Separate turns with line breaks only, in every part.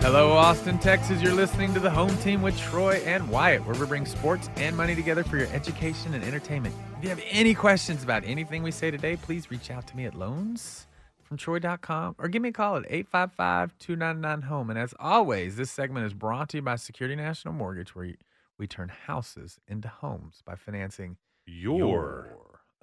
Hello, Austin, Texas. You're listening to the home team with Troy and Wyatt, where we bring sports and money together for your education and entertainment. If you have any questions about anything we say today, please reach out to me at loansfromtroy.com or give me a call at 855 299 home. E. And as always, this segment is brought to you by Security National Mortgage, where we turn houses into homes by financing
your,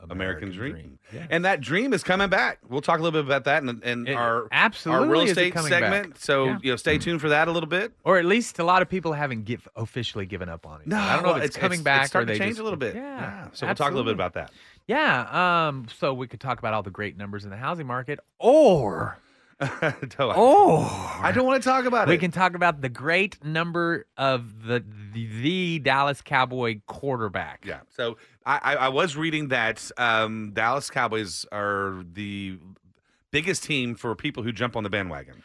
American, dream. And that dream is coming back. We'll talk a little bit about that in, in
It
our
absolutely
our real
is it
estate
coming
segment.
back.
So
Yeah.
you know, stay tuned for that a little bit.
or at least a lot of people haven't give, officially given up on it.
No,
I don't know if it's, coming back
It's
or
starting
they
to change
just-
a little bit.
Yeah,
So we'll talk a little bit
absolutely.
about that.
Yeah. Um. So we could talk about all the great numbers in the housing market, or
So I-
or
I don't want to talk about
Oh, We
it.
can talk about the great number of the the, the Dallas Cowboy quarterback.
Yeah. So I, I, I was reading that um, Dallas Cowboys are the biggest team for people who jump on the bandwagon,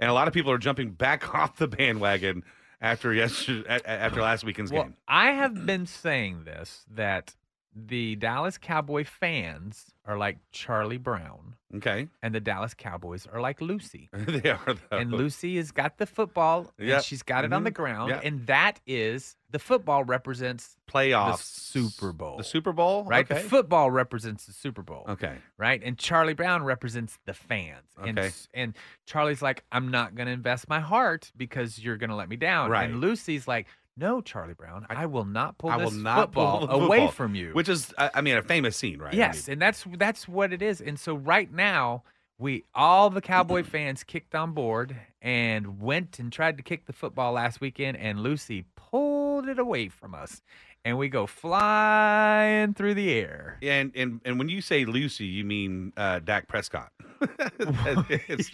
and a lot of people are jumping back off the bandwagon after yesterday, a- a- after last weekend's
Well,
game.
I have been saying this that the Dallas Cowboy fans are like Charlie Brown,
Okay,
and the Dallas Cowboys are like Lucy.
they are though.
and Lucy has got the football
Uh, Yep.
and she's got it on the
Mhm.
ground
Yep.
and that is the football represents
playoffs,
Super Bowl.
the Super Bowl,
right
Okay.
the football represents the Super Bowl
okay.
right and Charlie Brown represents the fans and
Okay.
s- and Charlie's like I'm not going to invest my heart because you're going to let me down
Right.
and Lucy's like no Charlie Brown I, will not pull
I will
this
not pull
football
the
away
football,"
from you
Which is, I, I mean, a famous scene, right? I
Yes,
mean,
and that's that's what it is. And so right now, we all the Cowboy fans kicked on board and went and tried to kick the football last weekend, and Lucy pulled it away from us, and we go flying through the air.
and and and when you say Lucy, you mean uh, Dak Prescott. It's-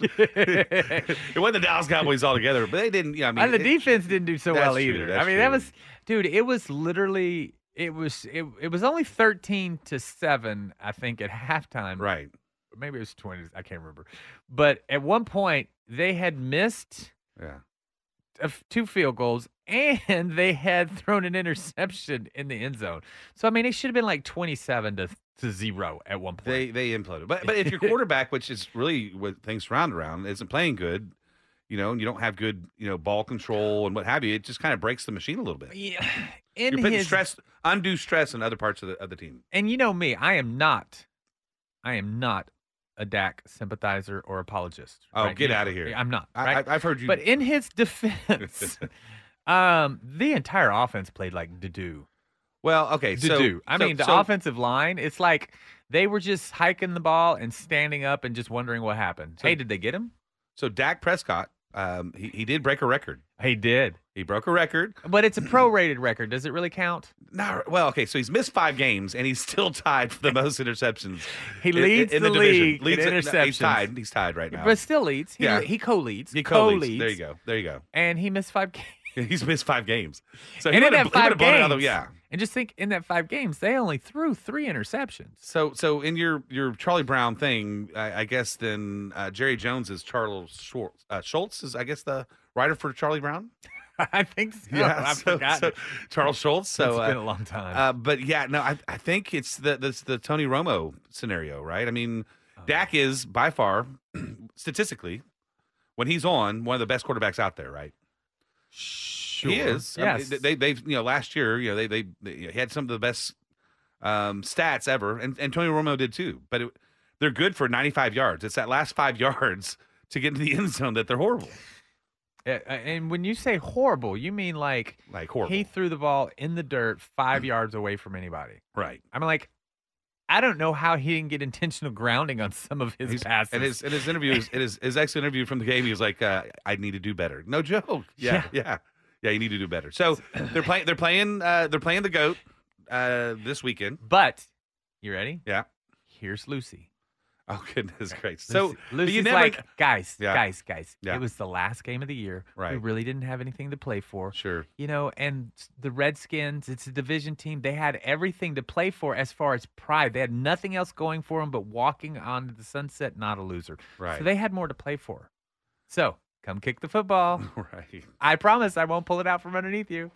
it wasn't the Dallas Cowboys altogether, but they didn't. You know, I mean,
and the
it-
defense didn't do so well
That's true,
either. I
that's
mean, that
true.
was, dude. It was literally, it was, it, it was only thirteen to seven, I think, at halftime.
Right.
Maybe it was twenty. I can't remember. But at one point, they had missed
Yeah.
of two field goals and they had thrown an interception in the end zone. So I mean, it should have been like 27 to, to 0 at one point.
They they imploded. But but if your quarterback, which is really what things surround around, isn't playing good, you know, and you don't have good, you know, ball control and what have you, it just kind of breaks the machine a little bit.
yeah, in
You're putting
his
stress, undue stress on other parts of the of the team.
and you know me, I am not I am not a Dak sympathizer or apologist.
Oh, get
You-
outta here.
I'm not,
I,
right?
I, I've heard you.
but in his defense, um the entire offense played like do.
well, okay,
to
so
do. I
so-
mean, the
so-
offensive line, it's like they were just hiking the ball and standing up and just wondering what happened.
So-
hey, did they get him?
So Dak Prescott, um, he he did break a record.
He did.
He broke a record.
But it's a prorated record. Does it really count?
Not well. Okay, so he's missed five games and he's still tied for the most interceptions.
He
in-
leads
in,
the,
division.
league
Leads
in
it- no, He's
interceptions.
tied. He's tied right now.
But still leads. He,
Yeah.
he co-leads.
He co-leads. There you go. There you go.
And he missed five games.
He's missed five games. So
and in
would've-
that five
would've blown it out
games,
of- yeah.
And just think, in that five games, they only threw three interceptions.
So so in your your Charlie Brown thing, I, I guess then uh, Jerry Jones is Charles Schwartz. Uh, Schultz is I guess the writer for Charlie Brown.
I think so.
Yeah,
I've
so,
forgotten.
so
it.
Charles Schultz. So
it's
uh,
been a long time.
Uh, but yeah, no, I, I think it's the, the the Tony Romo scenario, right? I mean,
Oh.
Dak is by far, statistically, when he's on, one of the best quarterbacks out there, right?
sure.
He is. I mean,
Yes.
they they've you know last year you know they they, they you know, he had some of the best um, stats ever, and and Tony Romo did too. But it, they're good for 95 yards. It's that last five yards to get into the end zone that they're horrible,
Yeah, uh, and when you say horrible, you mean like
like horrible, Mm.
he threw the ball in the dirt five yards away from anybody.
right?
I'm like, I don't know how he didn't get intentional grounding on some of his
He's-
passes.
And his in his interview, is- in his his ex interview from the game, he was like, uh, "I need to do better." No joke. Yeah, yeah, yeah, You need to do better. So they're playing. They're playing. Uh, they're playing the goat uh, this weekend.
but you ready?
Yeah.
Here's Lucy.
Oh goodness gracious! So
Lucy-
but
Lucy's
you never-
like, guys,
Yeah.
guys, guys.
Yeah.
It was the last game of the year. We
Right.
really didn't have anything to play for.
sure.
you know, and s- the Redskins, it's a division team. They had everything to play for as far as pride. They had nothing else going for them but walking on to the sunset, not a loser.
Right.
So they had more to play for. So come kick the football.
right.
I promise I won't pull it out from underneath you.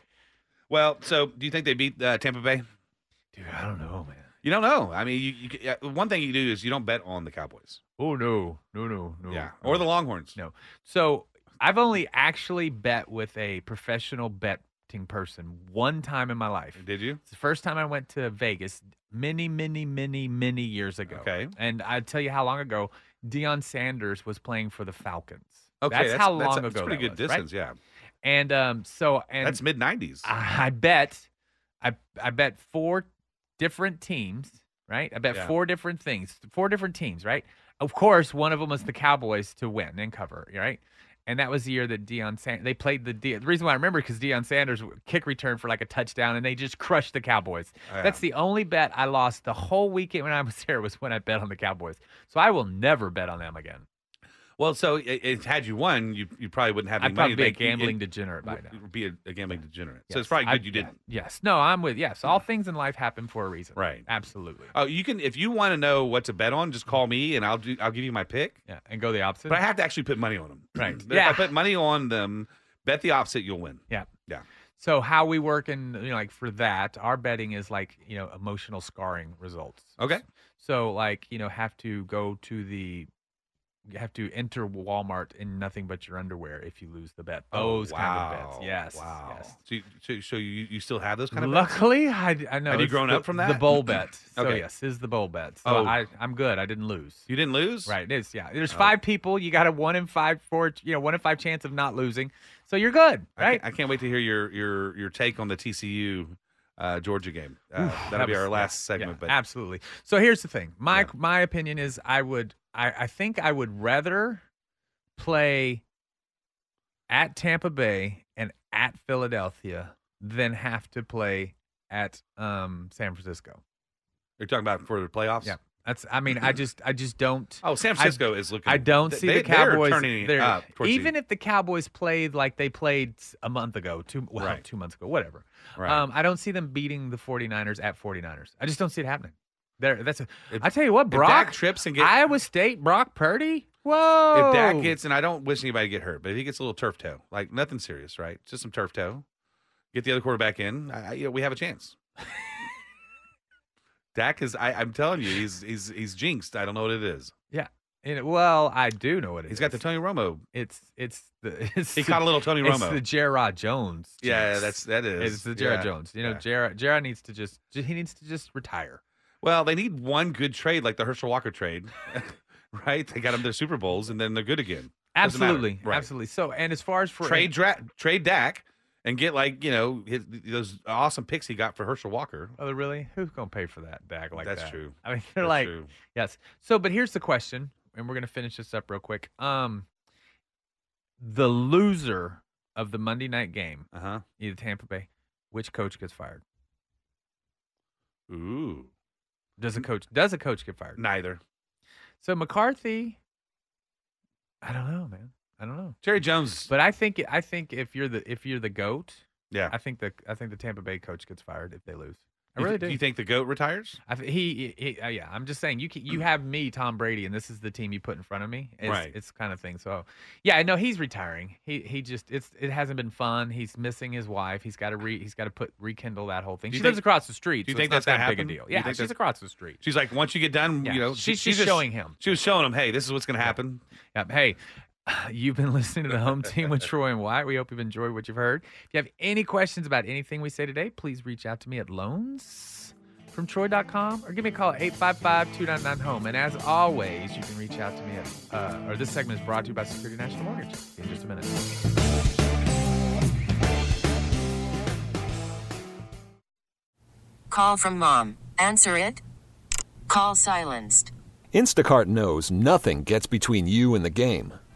Well, so do you think they beat uh, Tampa Bay?
Dude, I don't know, man.
You don't know. I mean, you, you c- uh, one thing you do is you don't bet on the Cowboys.
Oh, no. No, no, no.
yeah, or the Longhorns.
No. So I've only actually bet with a professional betting person one time in my life.
Did you?
It's the first time I went to Vegas many, many, many, many years ago.
Okay.
And I tell you how long ago, Deion Sanders was playing for the Falcons.
Okay,
That's, how long
that's
ago.
That's pretty
that
good
was, right?
distance. Yeah,
And um, so and
that's mid nineties.
I, I bet I I bet four different teams, right? I bet
Yeah.
four different things, four different teams, right? Of course, one of them was the Cowboys to win and cover, right? And that was the year that Deion Sanders, they played the, De- the reason why I remember because Deion Sanders w- kick return for like a touchdown and they just crushed the Cowboys.
Yeah.
That's the only bet I lost the whole weekend when I was there was when I bet on the Cowboys. So I will never bet on them again.
Well, so it, it, had you won, you you probably wouldn't have any
I'd
money.
probably
to
be a
make. You-
gambling
it-
degenerate by now.
w- Be a, a gambling degenerate.
Yes.
So it's probably
I-
good you
yeah.
didn't.
Yes. No, I'm with, yes. All things in life happen for a reason.
Right.
Absolutely.
Oh, you can if you want to know what to bet on, just call me and I'll do. I'll give you my pick.
Yeah, and go the opposite.
But I have to actually put money on them.
Right.
But
Yeah.
If I put money on them, bet the opposite, you'll win.
yeah.
Yeah.
So how we work and you know, like for that, our betting is like you know emotional scarring results.
Okay.
So like you know have to go to the, you have to enter Walmart in nothing but your underwear if you lose the bet. Those kind of
Oh, wow.
bets. Yes.
Wow.
Yes.
So, you, so, so you, you still have those kind of bets?
Luckily, I, d- I know.
Have you
it's
grown
the-
up from
The
that?
bowl bet. So
Okay.
yes, is the bowl bet. So
Oh.
I, I'm good. I didn't lose.
You didn't lose?
Right. It is. Yeah. There's
Oh.
five people. You got a one in five for you know one in five chance of not losing. So you're good,
I can't-
right?
I can't, wait to hear your your your take on the TCU uh, Georgia game. Uh, that'll
That
be
was-
our
yeah,
last
yeah,
segment. but
absolutely. So here's the thing. My
Yeah.
my opinion is I would I, I think I would rather play at Tampa Bay and at Philadelphia than have to play at um San Francisco.
you're talking about for the playoffs.
Yeah. That's I mean I just I just don't
Mm-hmm. Oh, San Francisco is looking.
I don't
th-
see
they,
the Cowboys.
They're turning it
there.
up towards the-
even if the Cowboys played like they played a month ago, two well,
Right.
two months ago, whatever.
Right.
Um, I don't see them beating the 49ers at 49ers. I just don't see it happening. There, that's. A,
If-
I tell you what,
if Dak
Brock,
trips and get,
Iowa State, Brock Purdy. Whoa!
if Dak gets, and I don't wish anybody to get hurt, but if he gets a little turf toe, like nothing serious, right? Just some turf toe. Get the other quarterback in. I, I- you know, we have a chance. Dak is. I, I'm telling you, he's he's he's jinxed. I don't know what it is.
And it- well, I do know what it
He's got the
is.
Tony Romo.
It's it's the it's
He
the,
caught a little Tony Romo.
it's the Jared Jones.
yeah,
jinx.
that's that is.
it's the Jared
Yeah.
Jones. You know,
yeah.
Jared Jared needs to just he needs to just retire.
Well, they need one good trade like the Herschel Walker trade, right? They got him their Super Bowls, and then they're good again. Doesn't matter.
Absolutely,
Right.
absolutely. So, and as far as for
Trade dra- trade Dak and get like you know his, those awesome picks he got for Herschel Walker.
Oh, really? Who's gonna pay for that bag like
That's
that?
true.
I mean, they're
That's
like,
true.
yes. So, but here's the question, and we're gonna finish this up real quick. Um, the loser of the Monday night game,
uh huh.
either Tampa Bay, which coach gets fired?
Ooh,
Does
Mm-hmm.
a coach? Does a coach get fired?
neither.
So McCarthy, I don't know, man. I don't know.
Jerry Jones.
But I think I think if you're the if you're the goat,
yeah.
I think the I think the Tampa Bay coach gets fired if they lose. I really
you, th-
do.
You think the goat retires?
I, th- he, he uh, yeah. I'm just saying you can, you have me, Tom Brady, and this is the team you put in front of me. It's,
Right.
It's kind of thing. So yeah, I know he's retiring. He he just it's it hasn't been fun. He's missing his wife. He's got to re he's got to put rekindle that whole thing.
Do
She
you
lives
think-
across the street.
do you
so it's
think
not
that's gonna
that big a
happen?
deal?
Do you
Yeah,
think
she's
that's-
across the street.
She's like, once you get done,
Yeah,
you know,
she-
she-
she's
just-
showing him.
She was showing him, hey, this is what's going to happen.
Yeah, hey, you've been listening to the Home Team with Troy and Wyatt. We hope you've enjoyed what you've heard. If you have any questions about anything we say today, please reach out to me at loans from troy.com or give me a call at 855-299-HOME. E. And as always, you can reach out to me at, uh, or this segment is brought to you by Security National Mortgage. See you in just a minute.
Call from mom. Answer it. Call silenced.
Instacart knows nothing gets between you and the game.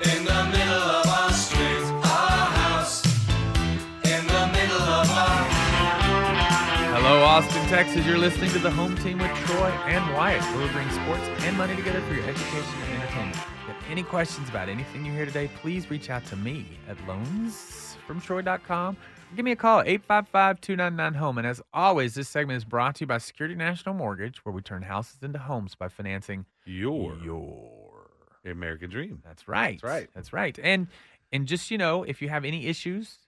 In the middle of our street, our house. In the middle of our
Hello, Austin, Texas. You're listening to the Home Team with Troy and Wyatt, where we bring sports and money together for your education and entertainment. If you have any questions about anything you hear today, please reach out to me at loansfromtroy.com or give me a call at 855 299 Home. E. And as always, this segment is brought to you by Security National Mortgage, where we turn houses into homes by financing
Your
your.
American dream.
That's right.
That's right.
That's right. And and just you know, if you have any issues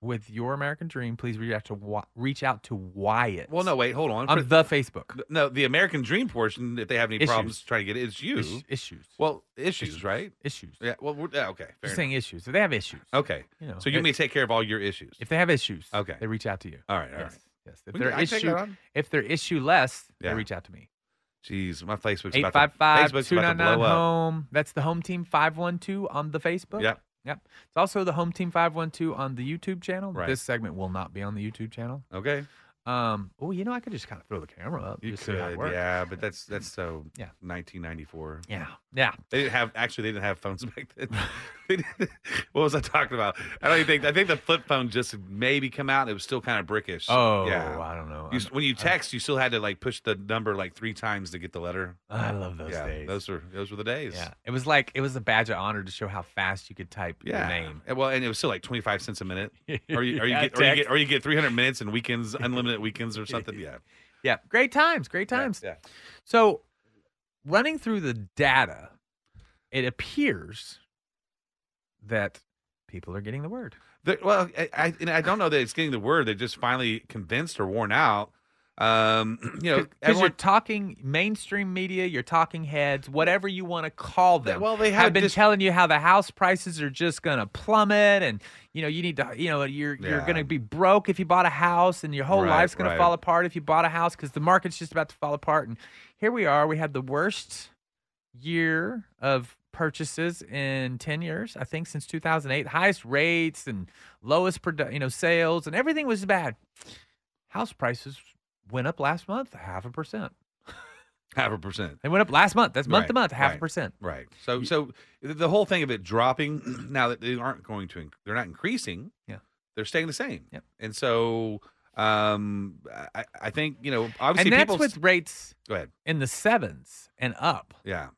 with your American dream, please reach out to Wy- reach out to Wyatt.
Well, no, wait, hold on. For-
on the Facebook.
th- no, the American dream portion, if they have any
Issues.
problems trying to get it, it's you.
Is- issues.
Well, issues, right?
issues.
Yeah, well, we're, yeah, okay. Fair
Just
enough.
saying issues. So they have issues.
Okay.
You know,
so you
it-
may take care of all your issues.
If they have issues,
Okay.
they reach out to you.
all right, all right.
yes. Yes. If
We
they're
can- I can take that
issue,
on.
if they're issue less,
Yeah.
they reach out to me.
Jeez, my Facebook's about to, Facebook's about to
855-299
blow up.
home. That's the home team five one two on the Facebook.
Yep.
Yep. It's also the home team five one two on the YouTube channel.
Right.
This segment will not be on the YouTube channel.
Okay.
Um. Oh, you know, I could just kind of throw the camera up.
You
just See how it
could,
works.
yeah, but that's that's so
Yeah.
1994.
Yeah. Yeah.
They didn't have actually. They didn't have phones back then. They didn't- what was I talking about? I don't even think. I think the flip phone just maybe come out. and It was still kind of brickish.
Oh,
yeah.
I don't know.
You,
I'm-
when you text, you still had to like push the number like three times to get the letter.
I love those
yeah,
days.
those were those were the days.
Yeah. It was like it was a badge of honor to show how fast you could type
Yeah.
your name.
And, well, and it was still like twenty five cents a minute, or you, or you
Yeah,
get or you get
text.
or you get three hundred minutes and weekends, unlimited weekends or something. Yeah.
Yeah. Great times. Great
Yeah,
times.
Yeah.
So, running through the data, it appears that people are getting the word.
They're- well, I, I, and I don't know that it's getting the word. They're just finally convinced or worn out. Um, you know,
Because
everyone
you're talking mainstream media, you're talking heads, whatever you want to call them.
Well, they
have
have
been
dis-
telling you how the house prices are just going to plummet, and you know you need to, you know, you're you're
Yeah.
going to be broke if you bought a house, and your whole
Right,
life's going
right.
to fall apart if you bought a house because the market's just about to fall apart. And here we are, we had the worst year of purchases in 10 years i think since 2008 highest rates and lowest produ- you know sales and everything was bad house prices went up last month half a percent
half a percent.
they went up last month that's month to
Right,
month half
right.
a percent
Right. So so th- the whole thing of it dropping now that they aren't going to inc- they're not increasing.
Yeah.
They're staying the same.
Yep.
And so um I, I think, you know,
and
obviously
that's
people
with rates
go ahead.
in the sevens and up
Yeah.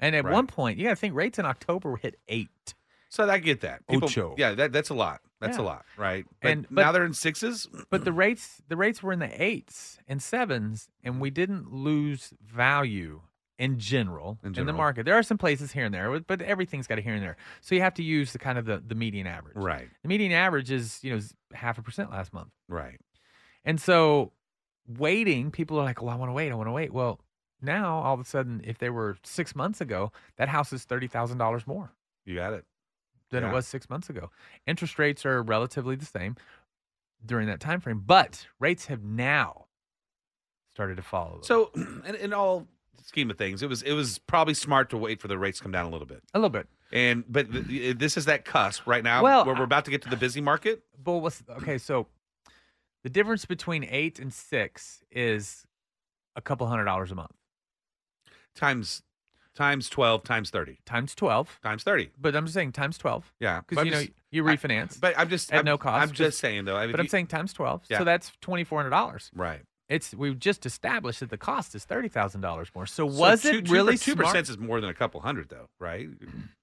and at
Right.
one point you gotta think rates in october hit eight
So I get that. People,
Ocho.
Yeah, that, that's a lot. That's
Oh, Yeah.
a lot, right? But
And- but-
now they're in sixes. Mm,
but the rates the rates were in the eights and sevens and we didn't lose value in general
In
in, the
general.
market there are some places here and there but everything's got a here and there so you have to use the kind of the, the median average
Right.
the median average is you know is half a percent last month
Right.
and so waiting people are like well i want to wait i want to wait well now all of a sudden, if they were six months ago, that house is thirty thousand dollars more
You got it.
than
Yeah.
it was six months ago. Interest rates are relatively the same during that time frame, but rates have now started to follow. them.
So, in, in all scheme of things, it was it was probably smart to wait for the rates to come down a little bit.
a little bit.
And but th- th- this is that cusp right now
Well, uh
where we're
I-
about to get to the busy market.
But what's okay? So the difference between eight and six is a couple hundred dollars a month
times times 12 times 30
times twelve.
times 30
But I'm just saying times twelve
yeah But
because
I'm
you know
just-
you
I-
refinance.
but i'm just
at
I'm,
no cost,
i'm just
just-
saying though I mean,
but I'm
you-
saying times twelve,
Yeah.
so that's twenty four hundred dollars.
right
It's we've just established that the cost is thirty thousand dollars more. So was
so two,
it
two per-
really
two
smart?
percent is more than a couple hundred though right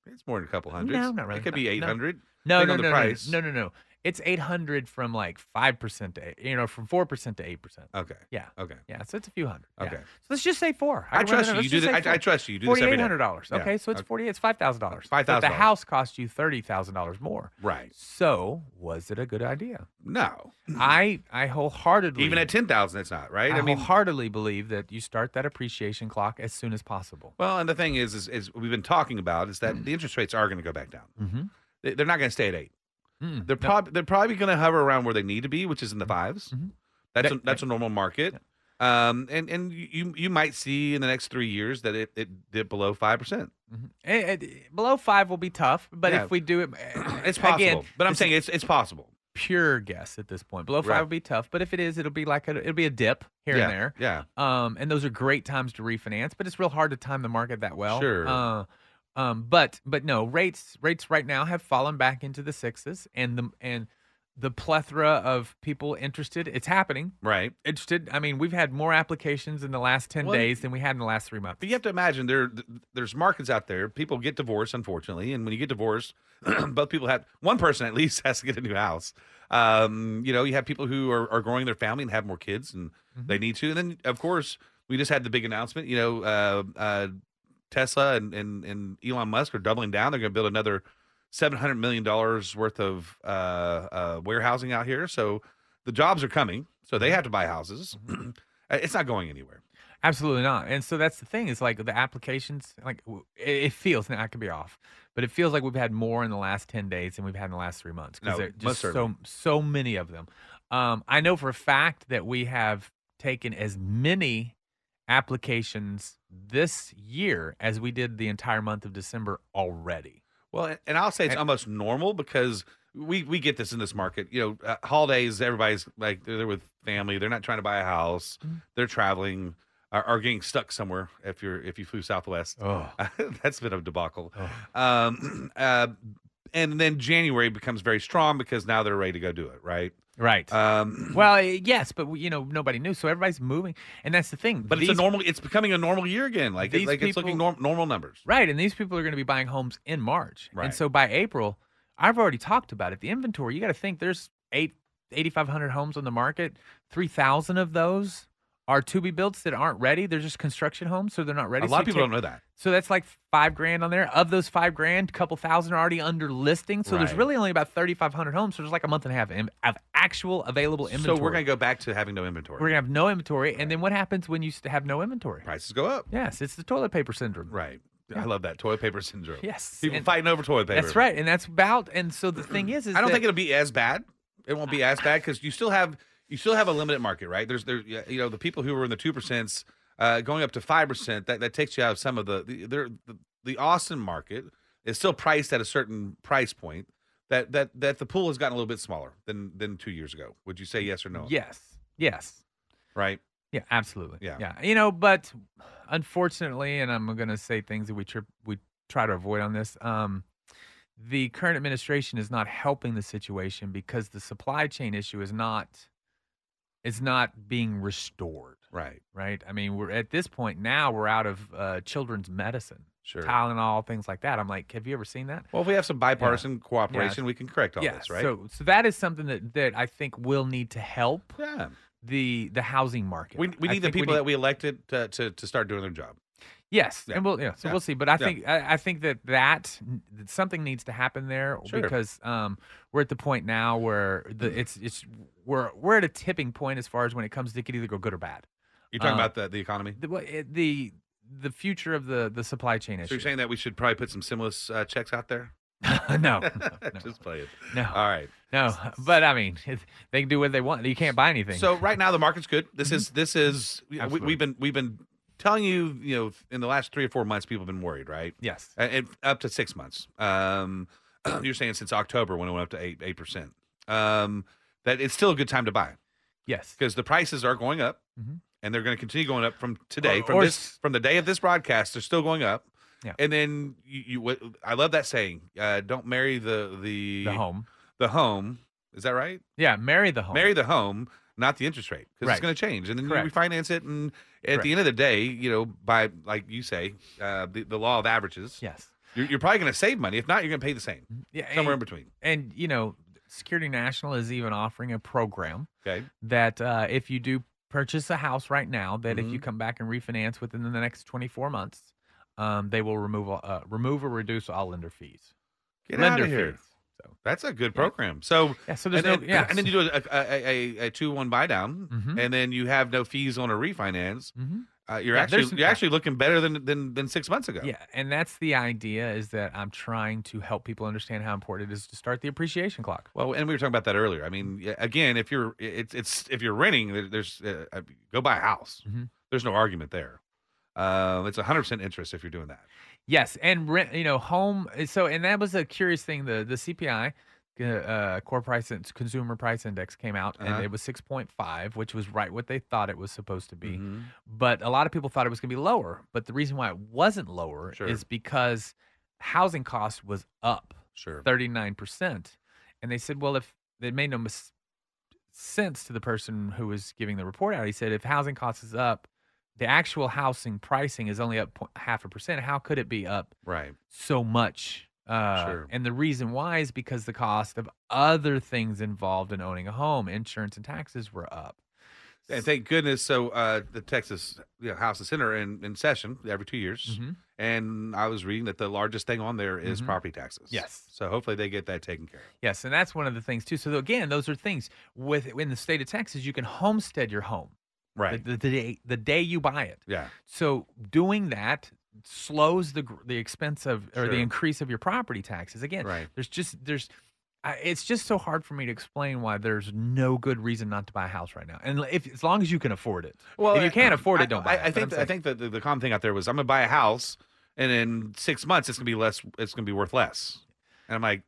it's more than a couple hundred
No, not really.
it could be
No, no.
800
No, no,
depending on
no,
the
no,
price.
no, no, no. It's eight hundred from like five percent to eight, you know from four percent to eight percent.
okay
Yeah,
okay
yeah. So it's a few hundred. yeah.
Okay.
So let's just say four.
i,
can run
trust
it
you
up.
you
Let's
do
just
this
say
I, I
four.
trust you you do this every
Forty-eight
day.
hundred dollars.
Yeah.
Okay, so it's
Okay.
forty. It's five thousand dollars. But the
$5,000.
house cost you thirty thousand dollars more.
right
So was it a good idea?
no
I I wholeheartedly
even at 10000 it's not right
I,
i mean
wholeheartedly believe that you start that appreciation clock as soon as possible.
well and the thing is is, is we've been talking about is
Mm.
that the interest rates are going to go back down
Mm-hmm.
They- they're not going to stay at 8
Mm.
They're probably they're probably going to hover around where they need to be, which is in the 5s
Mhm.
That's a,
That-
that's a normal market. Um, and and you you might see in the next three years that it it dip below five percent.
Eh, below five will be tough, but
Yeah.
if we do it,
It's possible,
Again,
but I'm
this
saying
is
it's it's possible.
pure guess at this point. Below five
Right.
will be tough, but if it is, it'll be like a, it'll be a dip here
yeah,
and there.
Yeah,
Um, and those are great times to refinance, but it's real hard to time the market that well.
Sure.
Uh, um, but but no rates rates right now have fallen back into the sixes, and the and the plethora of people interested. It's happening.
right.
Interested. I mean, we've had more applications in the last ten
Well,
days than we had in the last three months.
But you have to imagine there th- there's markets out there. People get divorced, unfortunately, and when you get divorced, both people have one person at least has to get a new house. Um, you know, you have people who are, are growing their family and have more kids, and they need to. And then, of course, we just had the big announcement. You know, uh, uh, Tesla and, and and Elon Musk are doubling down. They're going to build another seven hundred million dollars worth of uh, uh, warehousing out here. So the jobs are coming. So they have to buy houses. Uh, it's not going anywhere.
Absolutely not. And so that's the thing is like the applications, like w- it, it feels, now I could be off, but it feels like we've had more in the last 10 days than we've had in the last three months
No,
because there are
most
just
certainly.
so, so many of them. Um, I know for a fact that we have taken as many applications this year as we did the entire month of December already.
Well, a- and I'll say it's
And-
almost normal because we we get this in this market. You know, uh, holidays, everybody's like they're, they're with family. They're not trying to buy a house.
Mm-hmm.
They're traveling, are, are getting stuck somewhere. If you're if you flew Southwest,
Oh,
that's been a debacle. Um, uh, and then January becomes very strong because now they're ready to go do it. Right.
right.
Um,
well, yes, but we- you know, nobody knew. So everybody's moving. And that's the thing.
but it's a normal. It's becoming a normal year again. Like it,
These
like it's looking
people-
norm, normal numbers.
Right, and these people are going to be buying homes in March.
Right.
And so by April, I've already talked about it. The inventory, you got to think there's 8 8500 homes on the market. 3000 of those are to be builts that aren't ready. They're just construction homes, so they're not ready.
A
So
lot
you
of people
take-
don't know that.
So that's like 5 grand on there. Of those 5 grand, a couple thousand are already under listing. So there's
Right.
really only about 3500 homes, so there's like a month and a half in- of actual available inventory.
So we're gonna go back to having no inventory.
we're going to have no inventory, and then what happens when you s- have no inventory?
Prices go up.
Yes, it's the toilet paper syndrome.
Right. I love that toilet paper syndrome.
Yes,
People
and-
fighting over toilet paper.
That's right, and that's about. And so the thing is, is
I don't
that-
think it'll be as bad. It won't be as bad because you still have you still have a limited market, right? There's there you know the people who were in the two percents uh, going up to five percent. That that takes you out of some of the the, there- the the Austin market is still priced at a certain price point. That that that the pool has gotten a little bit smaller than than two years ago. Would you say yes or no?
Yes, yes,
Right.
yeah, absolutely,
Yeah.
yeah. You know, but unfortunately, and I'm going to say things that we trip, we try to avoid on this. Um, the current administration is not helping the situation because the supply chain issue is not is not being restored.
Right.
Right. I mean, we're at this point now. We're out of uh, children's medicine,
Sure.
Tylenol, things like that. I'm like, have you ever seen that?
Well, if we have some bipartisan cooperation, we can correct all
Yeah,
this, right?
So, so that is something that, that I think will need to help
yeah.
the the housing market.
We, we
I
need the
think we
people
need-
that we elected to, to, to start doing their job.
Yes,
Yeah,
and we'll yeah. So
yeah,
we'll see. But I
yeah.
think I, I think that, that that something needs to happen there
Sure. Mm-hmm.
because um, we're at the point now where the it's it's we're we're at a tipping point as far as when it comes to it could either go good or bad.
You're talking
Uh,
about the, the economy.
The, what- it- the the future of the the supply chain
So
issue.
you're saying that we should probably put some stimulus uh, checks out there?
no, no,
Just play it.
no,
All right.
no. But I mean, they can do what they want. You can't buy anything.
So right now the market's good. This is this is we,
Absolutely.
we've been we've been telling you you know in the last three or four months people have been worried right
yes,
and, and up to six months. Um, you're saying since October when it went up to eight eight percent. Um, that it's still a good time to buy
yes.
because the prices are going up
Mhm.
and they're going to continue going up from today
Or-
from
or
this
s-
from the day of this broadcast they're still going up
Yeah.
and then you, you what i love that saying uh, don't marry the the
The home.
the home. is that right
Yeah, marry the home.
marry the home not the interest rate because it's
Right.
going to change and then
Correct.
you refinance it and at
Correct.
the end of the day you know by like you say uh, the, the law of averages
Yes. Mm,
you're, you're probably going to save money if not you're going to pay the same
Yeah. And,
somewhere in between
and you know, Security National is even offering a program
okay
that uh, if you do purchase a house right now, that if you
Mhm.
come back and refinance within the next 24 months, um, they will remove all- uh, remove or reduce all lender fees.
get out
lender
of here
fees. So
that's a good program so
yeah, so there's
and,
no
then,
yeah.
and then you do a, a, a, a two one buy down,
Mhm.
and then you have no fees on a refinance.
hmm
Uh, you're
Yeah, there's-
actually you're actually looking better than than, than six months ago.
Yeah, and that's the idea is that I'm trying to help people understand how important it is to start the appreciation clock.
Well, and we were talking about that earlier. I mean, yeah, again, if you're it's it's if you're renting, there- there's uh, uh, go buy a house.
Mhm.
There's no argument there. Um, it's 100 percent interest if you're doing that.
Yes, and rent, you know, home. eh, So, and that was a curious thing. The the CPI, uh, uh, core price and consumer price index came out,
Uh-huh.
and it was six point five, which was right what they thought it was supposed to be.
Mm-hmm.
But a lot of people thought it was going to be lower. But the reason why it wasn't lower
Sure.
is because housing cost was up
Sure.
39%. And they said, well, if it made no mis- sense to the person who was giving the report out, he said, if housing costs is up, the actual housing pricing is only up po- half a percent. How could it be up
Right.
so much? Uh,
Sure.
And the reason why is because the cost of other things involved in owning a home, insurance and taxes were up.
And thank goodness. So uh, the Texas you know, House and Senate are in, in session every two years.
Mhm.
And I was reading that the largest thing on there is
Mhm.
property taxes.
Yes.
So hopefully they get that taken care of.
Yes, and that's one of the things too. So again, those are things with in the state of Texas, you can homestead your home the, the, the day the day you buy it.
yeah.
So doing that slows the gr- the expense of or
Sure.
the increase of your property taxes. Again,
Right.
there's just there's I, it's just so hard for me to explain why there's no good reason not to buy a house right now. And l- if as long as you can afford it. if you can't afford
uh, I-
it, don't buy
I,
it.
I
But I'm
think I
saying-
think that the, the common thing out there was I'm gonna buy a house, and in six months it's gonna be less. It's gonna be worth less. And I'm like,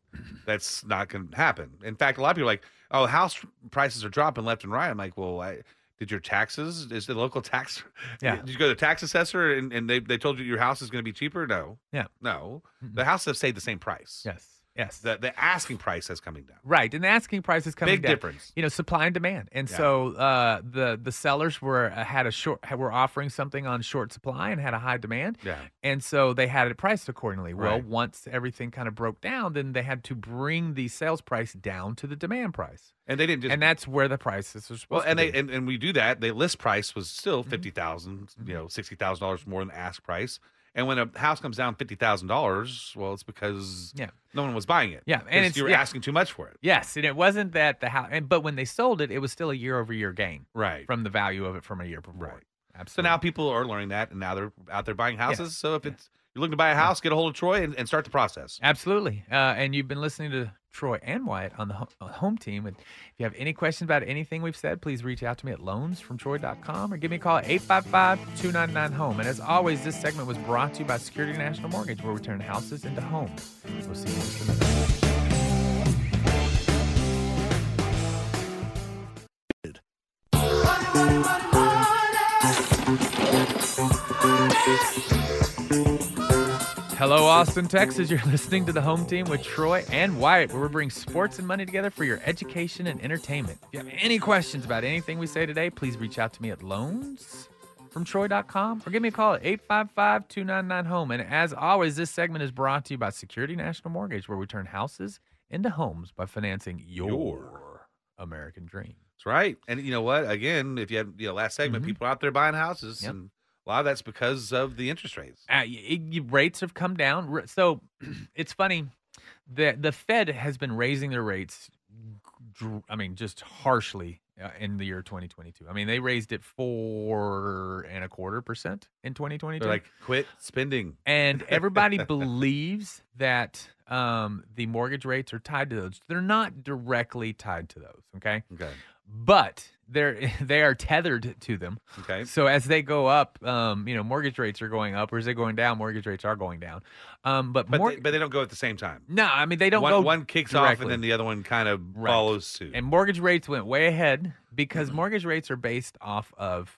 that's not gonna happen. In fact, a lot of people are like, oh, house prices are dropping left and right. I'm like, well, I, did your taxes? Is the local tax?
Yeah.
Did you go to the tax assessor and, and they they told you your house is gonna be cheaper? No.
Yeah.
No.
Mm-mm.
The houses have stayed the same price.
yes. Yes.
The the asking price has coming down.
right. And the asking price is coming
Big
down.
difference.
you know supply and demand and
Yeah.
so uh, the the sellers were uh, had a short had- were offering something on short supply and had a high demand
Yeah.
and so they had it priced accordingly well
Right.
once everything kind of broke down then they had to bring the sales price down to the demand price
And they didn't just
and that's where the prices are supposed
Well,
to
and they
be.
and, and we do that. The list price was still
Mm-hmm.
fifty you know, sixty thousand dollars more than ask price. And when a house comes down fifty thousand dollars, well, it's because
Yeah.
no one was buying it.
Yeah, and
'Cause
it's-
you were
yeah.
asking too much for it.
yes and it wasn't that the house and but when they sold it it was still a year over year gain
Right.
from the value of it from a year before
Right. so
absolutely
now people are learning that, and now they're out there buying houses. So if it's you're looking to buy a house, get a hold of Troy and, and start the process.
Absolutely. Uh, and you've been listening to Troy and Wyatt on the ho- uh, home team. And if you have any questions about anything we've said, please reach out to me at loansfromtroy.com or give me a call at 855 299 Home. And as always, this segment was brought to you by Security National Mortgage, where we turn houses into homes. We'll see you next time. Hello, Austin, Texas. You're listening to the home team with Troy and Wyatt, where we bring sports and money together for your education and entertainment. If you have any questions about anything we say today, please reach out to me at loansfromtroy.com or give me a call at 855 299 Home. E. And as always, this segment is brought to you by Security National Mortgage, where we turn houses into homes by financing your, American dream.
That's right. And you know what? Again, if you have you know last segment,
Mhm.
people out there buying houses,
Yep.
and a lot of that's because of the interest rates.
uh, y- y- rates have come down. R- So it's funny that the Fed has been raising their rates dr- I mean, just harshly uh, in the year 2022. I mean, they raised it four and a quarter percent in 2022.
They're like, quit spending.
and everybody believes that um, the mortgage rates are tied to those. They're not directly tied to those, okay?
Okay.
But they're they are tethered to them.
Okay.
So as they go up, um, you know, mortgage rates are going up, or as they're going down, mortgage rates are going down. Um, but,
But,
mor-
they, but they don't go at the same time.
no, I mean they don't
one,
go
one kicks off
directly.
and then the other one kind of
Right.
follows suit.
And mortgage rates went way ahead because
Mm-hmm.
mortgage rates are based off of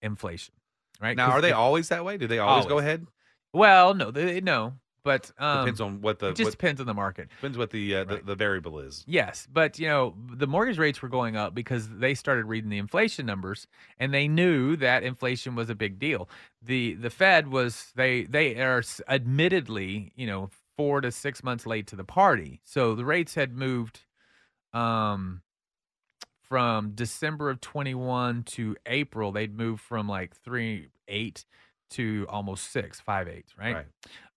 inflation, right?
now,
'Cause
are they
if-
always that way? Do they always, go
Always.
ahead?
Well, no, they, no, but um,
depends on what the
it just
what,
depends on the market.
depends what the, uh,
Right.
the the variable is.
Yes, but you know the mortgage rates were going up because they started reading the inflation numbers and they knew that inflation was a big deal. the The Fed was they they are s- admittedly you know four to six months late to the party, so the rates had moved um from December of 21 to April, they'd moved from like three eight to almost six five eight, right?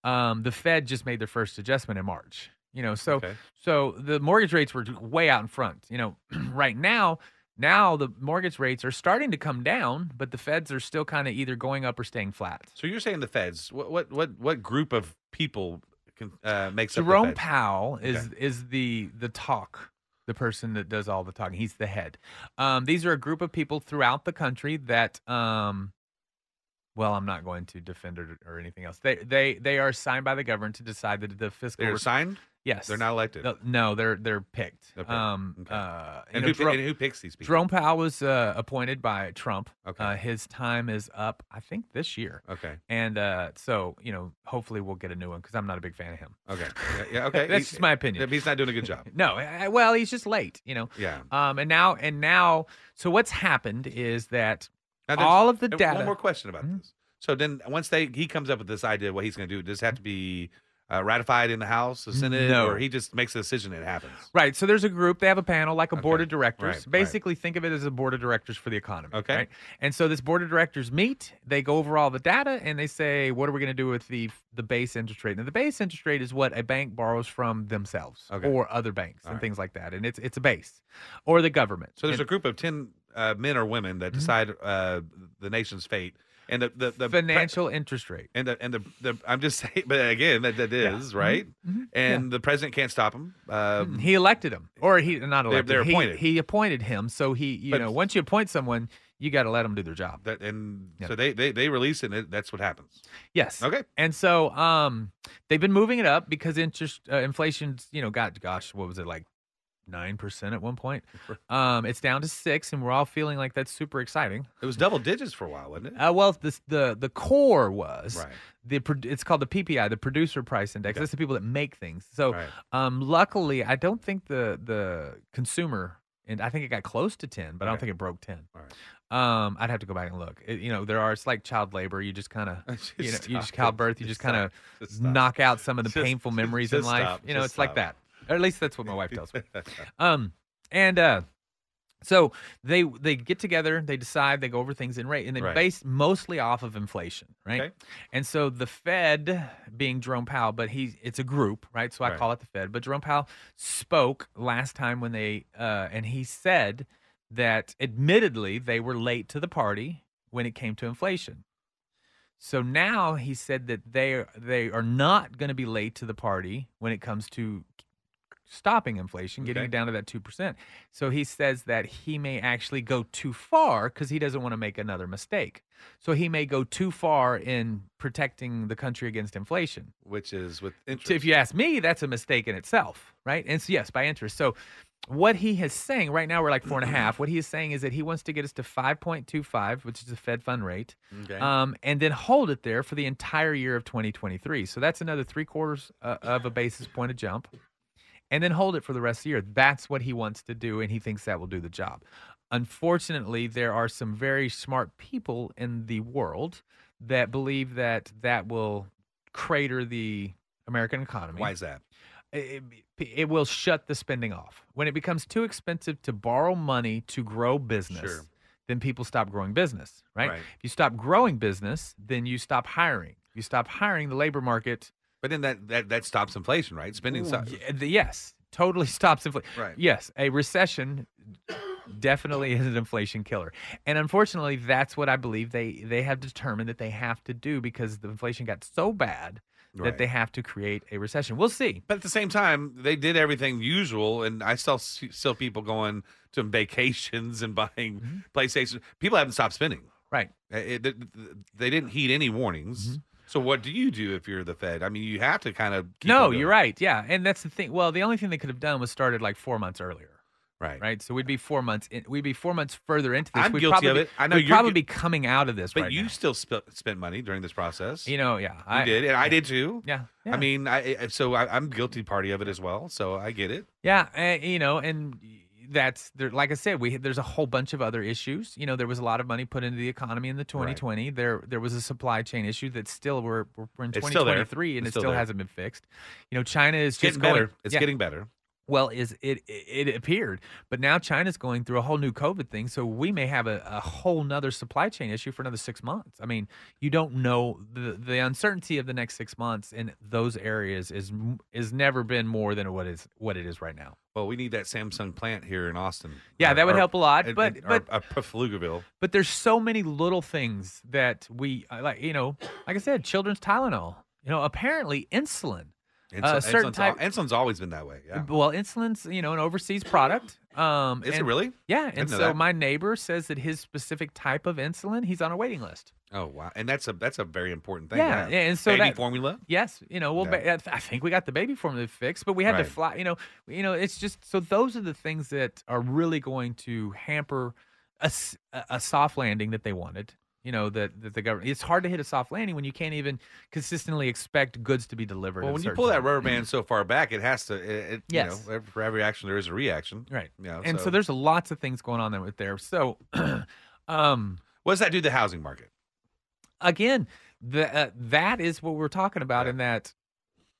Um, the Fed just made their first adjustment in March. You know, so
okay.
so the mortgage rates were way out in front. You know, right now, now the mortgage rates are starting to come down, but the Feds are still kind of either going up or staying flat.
So you're saying the feds? What what what what group of people can uh, makes up
Jerome
the feds?
Powell is is the the talk, the person that does all the talking. He's the head. Um, these are a group of people throughout the country that, um, well, I'm not going to defend or, or anything else. They they they are assigned by the government to decide the, the fiscal.
They're
re-
assigned.
yes,
They're not elected.
No, no, they're they're picked.
They're picked.
Um,
Okay.
uh, you
and,
know,
who, pi-
Jerome-
and who picks these people?
Jerome Powell was uh, appointed by Trump.
Okay.
Uh, his time is up, I think, this year.
Okay.
And uh, so, you know, hopefully we'll get a new one because I'm not a big fan of him.
Okay. Yeah, Yeah. Okay.
That's
He-
just my opinion.
He's not doing a good job.
No, I- I- well, he's just late, you know.
Yeah.
Um, and now, and now, so what's happened is that
Now, there's-
all of the
and
data.
One more question about
Mhm.
this. So then, once they he comes up with this idea, of what he's going to do? Does it have to be uh, ratified in the House, the Senate,
No.
or he just makes a decision and it happens?
Right. So there's a group. They have a panel, like a board
Okay,
of directors.
right, right.
Basically, think of it as a board of directors for the economy.
Okay.
right? And so this board of directors meet. They go over all the data and they say, what are we going to do with the the base interest rate? Now, the base interest rate is what a bank borrows from themselves
Okay.
or other banks
All
and
right.
things like that. And it's it's a base, or the government.
So there's
And Mm-hmm.
a group of ten uh, men or women that decide uh, the nation's fate, and the the, the pre-
financial interest rate.
and the and the, the I'm just saying, but again, that that
Yeah.
is right, and um, the president can't stop him. Um,
Mm-hmm. He elected him, or he not elected.
they're
he-
appointed.
He, appointed him. So he, you
But-
know, once you appoint someone, you got to let them do their job.
that and
Yeah.
so they they they release it. And it- that's what happens.
Yes.
Okay.
And so um, they've been moving it up because interest uh, inflation's you know got gosh what was it like nine percent at one point. Um, it's down to six, and we're all feeling like that's super exciting.
It was double digits for a while, wasn't it?
Uh, well, the the the core was
Right.
the pro- it's called the PPI, the Producer Price Index. That's the people that make things. So
Right.
um, luckily, I don't think the the consumer. And I think it got close to ten, but I don't
Okay.
think it broke ten.
All right.
Um, I'd have to go back and look. It, you know, there are it's like child labor. You just kind of
Just
you know, you
stop
just childbirth.
it.
You just
Stop.
kind of
Just stop.
knock out some of the
Just-
painful
just-
memories in
just
life.
stop.
You know,
Just
it's like that.
stop.
Or at least that's what my wife tells me. Um, and uh, so they they get together, they decide, they go over things in rate, and they
Right.
base mostly off of inflation, right?
Okay.
And so the Fed, being Jerome Powell, but he it's a group, right? So I
Right.
call it the Fed. But Jerome Powell spoke last time when they uh, and he said that admittedly they were late to the party when it came to inflation. So now he said that they they are not going to be late to the party when it comes to stopping inflation, getting
Okay.
it down to that two percent. So he says that he may actually go too far because he doesn't want to make another mistake. So he may go too far in protecting the country against inflation.
which is with interest.
So if you ask me, that's a mistake in itself, right? And so yes, by interest. So what he is saying right now, we're like four and a half. What he is saying is that he wants to get us to five point two five, which is the Fed fund rate,
okay.
um, and then hold it there for the entire year of 2023. So that's another three quarters uh, of a basis point of jump, and then hold it for the rest of the year. That's what he wants to do, and he thinks that will do the job. Unfortunately, there are some very smart people in the world that believe that that will crater the American economy
Why is that?
it, it- it will shut the spending off. When it becomes too expensive to borrow money to grow business,
Sure.
then people stop growing business, right?
Right.
If you stop growing business, then you stop hiring. You stop hiring the labor market.
But then that that that stops inflation, right? Spending.
Ooh,
so-
y- the- yes. totally stops inflation.
Right.
Yes, a recession definitely is an inflation killer. And unfortunately, that's what I believe they they have determined that they have to do because the inflation got so bad
Right.
that they have to create a recession. We'll see.
But at the same time, they did everything usual, and I still see still people going to vacations and buying
Mm-hmm.
PlayStation. People haven't stopped spending.
Right.
Uh, it- th- th- they didn't heed any warnings.
Mm-hmm.
So what do you do if you're the Fed? I mean, you have to kind of. keep on
no,
going.
you're right. Yeah, and that's the thing. Well, the only thing they could have done was started like 4 months earlier.
Right.
Right, so we'd be four months. In, we'd be four months further into this.
I'm
we'd
guilty of
probably,
it. I know
we'd
you're
probably
guil-
be coming out of this.
But
right
you
now.
still sp- spent money during this process.
you know, yeah,
you
I
did, and I did too.
Yeah, yeah.
I mean, I I- so I, I'm guilty party of it as well. So I get it.
Yeah, and, you know, and that's there. Like I said, we there's a whole bunch of other issues. You know, there was a lot of money put into the economy in the 2020. There there was a supply chain issue that still we're we're we're in
It's still there.
2023 and
It's
it
still
still
there.
hasn't been fixed. You know, China is
It's getting
just going,
better. It's
yeah,
getting better.
well. Is it it it appeared, but now China's going through a whole new COVID thing, so we may have a, a whole nother supply chain issue for another six months. I mean, you don't know the the uncertainty of the next six months in those areas is m- is never been more than what is what it is right now.
Well, we need that Samsung plant here in Austin.
Yeah,
Or-
that would
or-
help a lot,
and-
but-
and-
but-
or, uh, Pflugerville.
But there's so many little things that we I like, you know, like I said, children's Tylenol. You know, apparently insulin.
Insul-
Uh, certain
insulin's,
type-
al- insulin's always been that way. Yeah.
Well, insulin's you know an overseas product. Um,
Is it
and-
really?
Yeah,
Didn't
and
know
so
that.
my neighbor says that his specific type of insulin, he's on a waiting list.
Oh wow, and that's a that's a very important thing.
Yeah, yeah, and so
baby
that-
formula.
Yes, you know, well,
Yeah.
ba- I th- I think we got the baby formula fixed, but we had
Right.
to fly. You know, you know, it's just so those are the things that are really going to hamper a, s- a- a soft landing that they wanted. You know that, that the government. It's hard to hit a soft landing when you can't even consistently expect goods to be delivered.
Well,
at a
when you
certain
pull that
time.
rubber band so far back, it has to. It, it,
Yes.
You know, ev- for every action, there is a reaction.
right?
Yeah,
and so.
so-
there's lots of things going on there with there. So, um,
What does that do to the housing market?
again, the, uh, that is what we're talking about
Yeah.
in that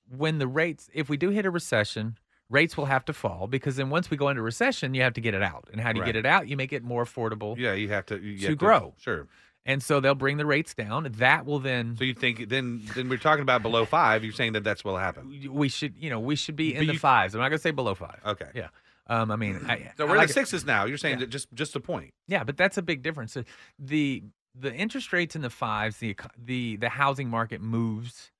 when the rates, if we do hit a recession, rates will have to fall because then once we go into recession, you have to get it out. And how do you
Right.
get it out? You make it more affordable.
Yeah, you have to you
To
have
grow.
Sure.
And so they'll bring the rates down. That will then.
So you think then then we're talking about below five. You're saying that that's what'll happen.
we should, you know, we should be in
But
the
you-
fives. I'm not gonna say below five.
Okay.
Yeah. Um. I mean, I,
So
I
we're
like
like
it.
sixes now. You're saying
Yeah.
that just just a point.
Yeah, but that's a big difference. So The the interest rates in the fives, the eco- the the housing market moves